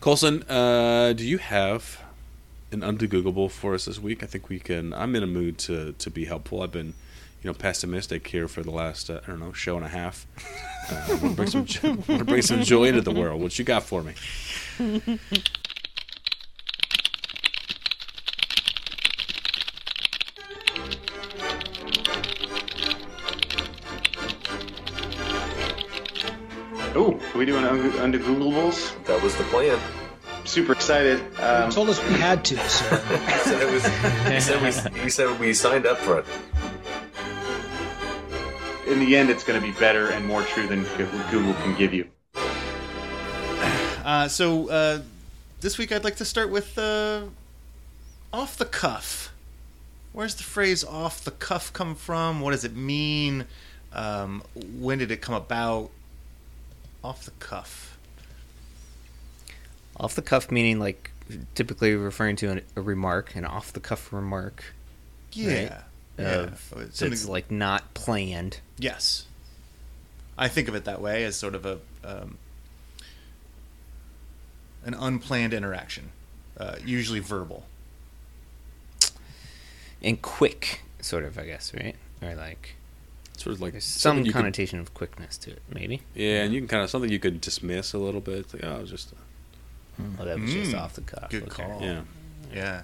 Colson, uh, do you have an undegoogable for us this week? I think we can. I'm in a mood to to be helpful. I've been, you know, pessimistic here for the last uh, I don't know show and a half. Uh, I want to bring some jo- I wanna bring some joy into the world. What you got for me? Oh, are we doing un- under Googleables? That was the plan. Super excited. Um, told us we had to, so He said it was. he said we. He said we signed up for it. in the end, it's going to be better and more true than Go- Google can give you. Uh, so uh, this week I'd like to start with uh, off the cuff. Where's the phrase off the cuff come from? What does it mean? Um, when did it come about? Off the cuff. Off the cuff meaning like typically referring to an, a remark, an off the cuff remark. Yeah. Yeah. Of, It's that's something- like not planned. Yes. I think of it that way as sort of a um, an unplanned interaction, uh, usually verbal. and quick, sort of, I guess, right? Or like Sort of like there's some something you could- connotation of quickness to it, maybe. yeah, and you can kind of something you could dismiss a little bit. It's like, oh, it's just Oh, that was just Mm. off the cuff. Good okay. call. yeah. Yeah.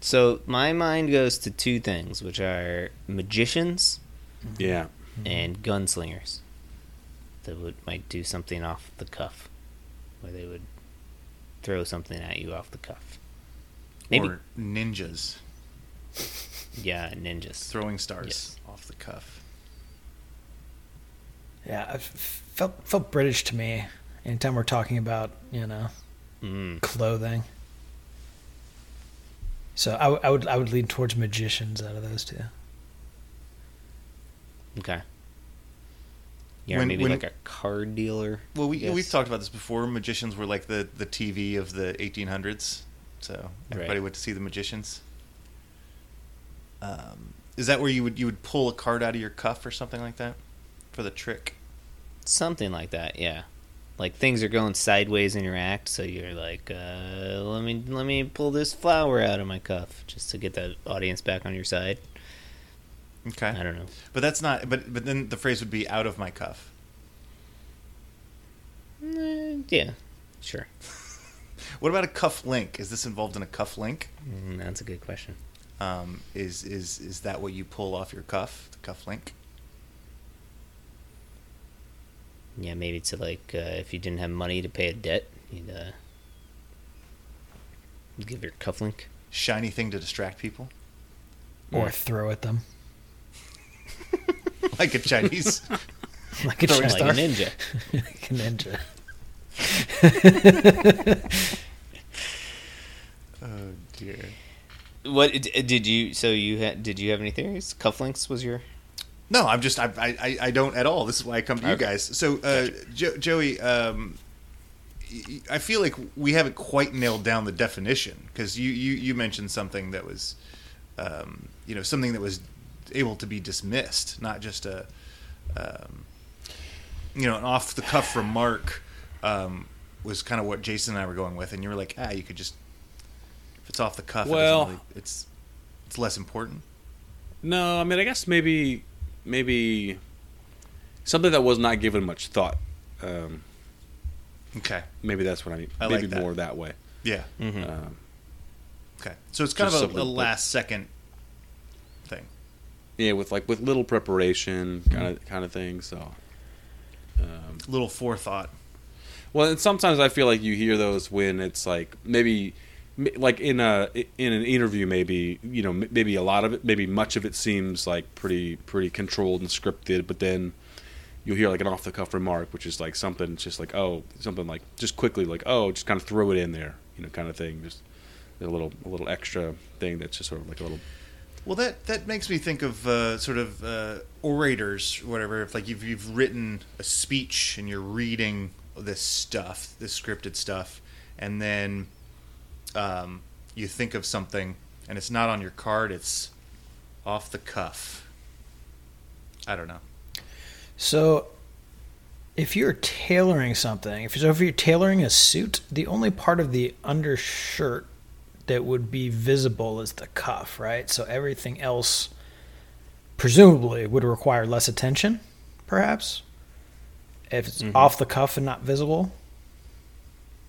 So my mind goes to two things, which are magicians Yeah. Mm-hmm. and gunslingers. That would might do something off the cuff, where they would throw something at you off the cuff. Maybe Or ninjas yeah, ninjas. throwing stars Yes. off the cuff. yeah, it f- felt felt British to me. Anytime we're talking about you know Mm. clothing, so I, w- I would I would lean towards magicians out of those two. Okay. Yeah, or When- maybe when- like a card dealer. Well, we I we've guess. talked about this before. Magicians were like the the TV of the 1800s, so everybody Right. went to see the magicians. Um, is that where you would you would pull a card out of your cuff or something like that for the trick? Something like that, yeah. Like things are going sideways in your act, so you're like, uh, let me let me pull this flower out of my cuff just to get the audience back on your side. Okay, I don't know. but that's not. But but then the phrase would be out of my cuff. Mm, yeah, sure. What about a cuff link? Is this involved in a cuff link? Mm, that's a good question. Um, is is is that what you pull off your cuff? The cuff link. Yeah, maybe to like uh, if you didn't have money to pay a debt, you'd uh, give your cufflink. Shiny thing to distract people, Or throw at them like a Chinese. like a, Like Chinese a ninja. like a ninja. oh dear. What d- did you? So you had? Did you have any theories? Cufflinks was your No, I'm just I I, I- I don't at all. This is why I come to you Okay. guys. So, uh, jo- Joey, um, y- y- I feel like we haven't quite nailed down the definition because you, you you mentioned something that was, um, you know, something that was able to be dismissed, not just a, um, you know, an off the cuff remark. Um, was kind of what Jason and I were going with, and you were like, ah, you could just if it's off the cuff. it doesn't Well- really- it's it's less important. No, I mean, I guess maybe, maybe something that was not given much thought. Um, Okay. maybe that's what I mean. I like maybe that. more that way. Yeah. Um, Okay, so it's kind Just of a, something a that- last second thing. yeah, with like with little preparation, Mm-hmm. kind of kind of thing. So, Little forethought. well, and sometimes I feel like you hear those when it's like maybe, m- like in a in an interview, maybe you know m- maybe a lot of it, maybe much of it seems like pretty pretty controlled and scripted, but then. You'll hear like an off the cuff remark, which is like something just like oh something like just quickly like oh just kind of throw it in there you know kind of thing just a little a little extra thing that's just sort of like a little Well, that that makes me think of uh, sort of uh, orators, whatever. If like you've you've written a speech and you're reading this stuff, this scripted stuff, and then um, you think of something, and it's not on your card; it's off the cuff. I don't know. So if you're tailoring something, if, so if you're tailoring a suit, the only part of the undershirt that would be visible is the cuff, right? So everything else presumably would require less attention, perhaps, if it's off the cuff and not visible.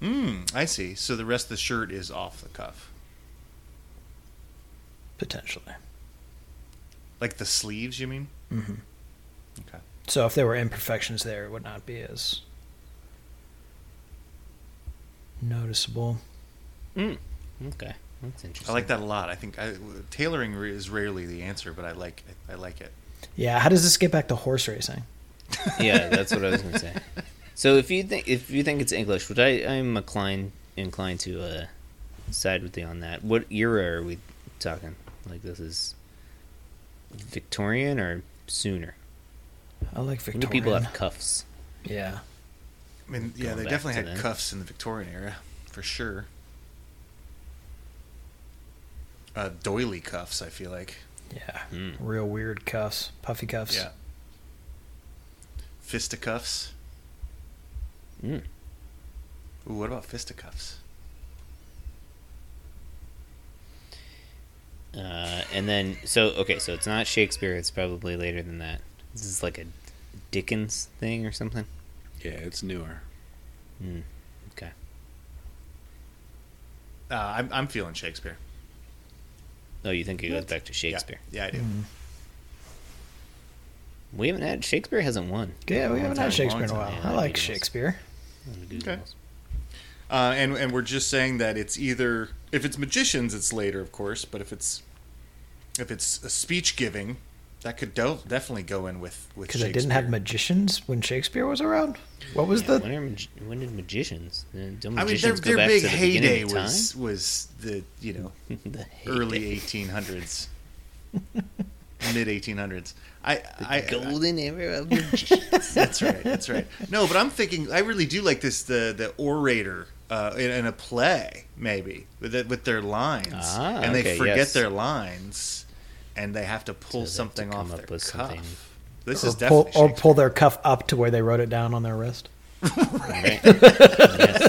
Mm, I see. So the rest of the shirt is off the cuff, Potentially. like the sleeves. You mean? So if there were imperfections there, it would not be as noticeable. Okay, that's interesting. I like that a lot. I think I, tailoring re- is rarely the answer, but I like I like it. Yeah, how does this get back to horse racing? yeah, that's what I was gonna say. So if you think if you think it's English, which I I'm inclined inclined to uh, side with you on that. What era are we talking? Like this is Victorian or sooner? I like Victorian. When do people have cuffs? yeah. I mean, yeah, Going they back definitely to had that. cuffs in the Victorian era for sure. Uh, doily cuffs, I feel like. Yeah. Hmm. Real weird cuffs, puffy cuffs. Yeah. Fisticuffs. Mm. Ooh, what about fisticuffs? Uh, and then so okay, so it's not Shakespeare. It's probably later than that. This is like a Dickens thing or something. Yeah, it's newer. Mm. Okay. Uh, I'm, I'm feeling Shakespeare. Oh, you think it goes What? back to Shakespeare? Yeah, yeah I do. Mm. We haven't had Shakespeare hasn't won. Yeah, we haven't time, had Shakespeare in a long while. time. I Yeah, like Beatles. Shakespeare. Okay. Uh, and and we're just saying that it's either if it's magicians, it's later, of course. But if it's if it's a speech giving, that could do- definitely go in with with Because I didn't have Shakespeare. magicians when Shakespeare was around. What was Yeah, the when, are magi- when did magicians? uh, Don't I mean, their, magicians their go back big to the heyday beginning of was was the you know time? The heyday. early 1800s, mid 1800s. I I, I golden era of magicians. That's right. That's right. No, but I'm thinking I really do like this the the orator uh, in, in a play maybe with the, with their lines Ah, and they okay, forget yes. their lines and they have to pull So they have to something come off up their with cuff. something. This or is pull oh, definitely or pull their cuff up to where they wrote it down on their wrist? right. Yes.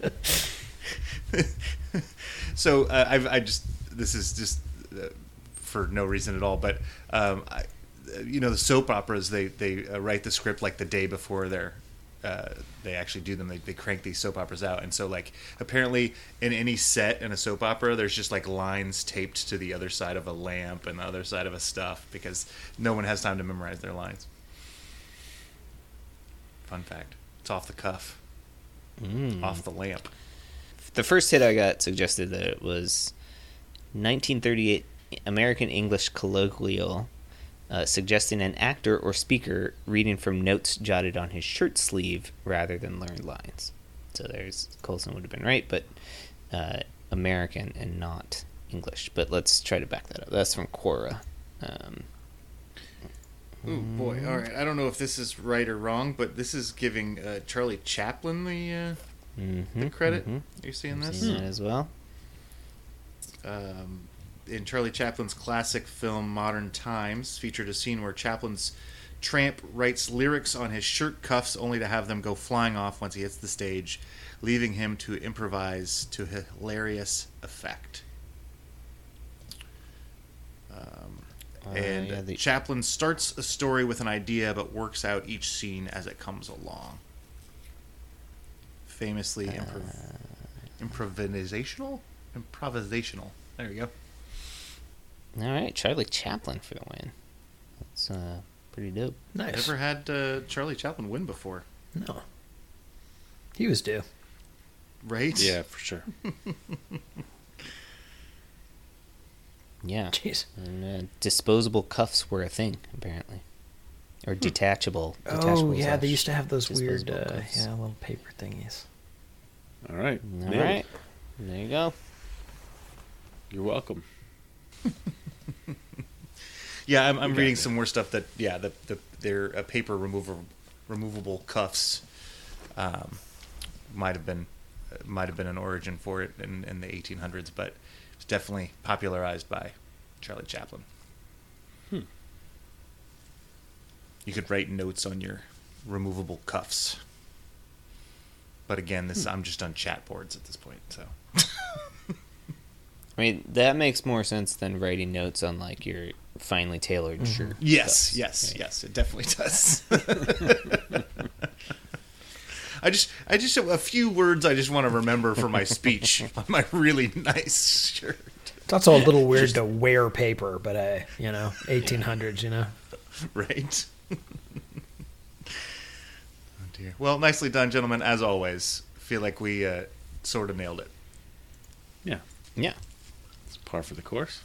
so uh, I've, I just this is just uh, for no reason at all, but um, I, uh, you know the soap operas they they uh, write the script like the day before they're. Uh, they actually do them. They, they crank these soap operas out, and so like apparently in any set in a soap opera, there's just like lines taped to the other side of a lamp and the other side of a stuff because no one has time to memorize their lines. Fun fact: it's off the cuff, off the lamp. The first hit I got suggested that it was 1938 American English colloquial, uh, suggesting an actor or speaker reading from notes jotted on his shirt sleeve rather than learned lines. So there's Colson would have been right, but uh, American and not English. But let's try to back that up. That's from Quora. Um, Oh boy! All right, I don't know if this is right or wrong, but this is giving uh, Charlie Chaplin the uh, mhm, the credit. mhm. Are you seeing I've this? seen that as well. Um, in Charlie Chaplin's classic film Modern Times, featured a scene where Chaplin's tramp writes lyrics on his shirt cuffs, only to have them go flying off once he hits the stage, leaving him to improvise to hilarious effect. Uh, and yeah, the- Chaplin starts a story with an idea, but works out each scene as it comes along. Famously Uh, improv- improvisational, improvisational. There we go. all right, Charlie Chaplin for the win. That's uh, pretty dope. Nice. Never had uh, Charlie Chaplin win before, No. He was due. right? Yeah, for sure. Yeah. Jeez. And, uh, disposable cuffs were a thing apparently, or detachable. Oh detachable yeah, they slash used to have those weird disposable uh, cuffs. yeah little paper thingies. All right. All Nailed it. right. There you go. You're welcome. Yeah, I'm, I'm got reading that. some more stuff that yeah, the the their uh, paper remover removable cuffs um, might have been uh, might have been an origin for it in, in the 1800s, but it's definitely popularized by Charlie Chaplin. You could write notes on your removable cuffs. But again, this I'm just on chat boards at this point. So I mean, that makes more sense than writing notes on like your finely tailored Mm-hmm. shirt. yes, cuffs. yes, Yeah. yes, it definitely does. I just, I just a few words I just want to remember for my speech on my really nice shirt. It's also a little weird to wear paper, but hey, you know, 1800s, you know. right? oh dear. Well, nicely done, gentlemen. As always, feel like we uh, sort of nailed it. Yeah, Yeah. it's par for the course.